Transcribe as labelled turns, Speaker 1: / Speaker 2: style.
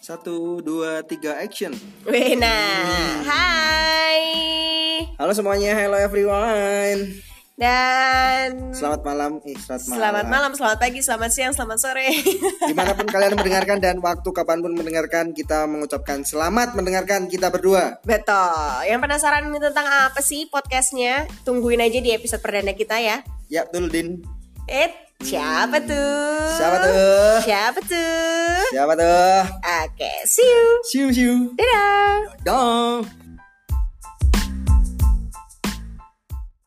Speaker 1: Satu, dua, tiga, action
Speaker 2: Wena. Hai.
Speaker 1: Halo semuanya, hello everyone
Speaker 2: Dan
Speaker 1: Selamat malam, eh selamat malam
Speaker 2: selamat malam, selamat pagi, selamat siang, selamat sore.
Speaker 1: Dimanapun kalian mendengarkan dan waktu kapanpun mendengarkan Kita mengucapkan selamat mendengarkan kita berdua
Speaker 2: Betul. Yang penasaran tentang apa sih podcastnya? Tungguin aja di episode perdana kita ya.
Speaker 1: Ya betul Din
Speaker 2: Eh, siapa tuh?
Speaker 1: Siapa tuh?
Speaker 2: Siapa tuh?
Speaker 1: Siapa tuh?
Speaker 2: Oke, see you.
Speaker 1: Siu siu
Speaker 2: Dadah.
Speaker 1: Dong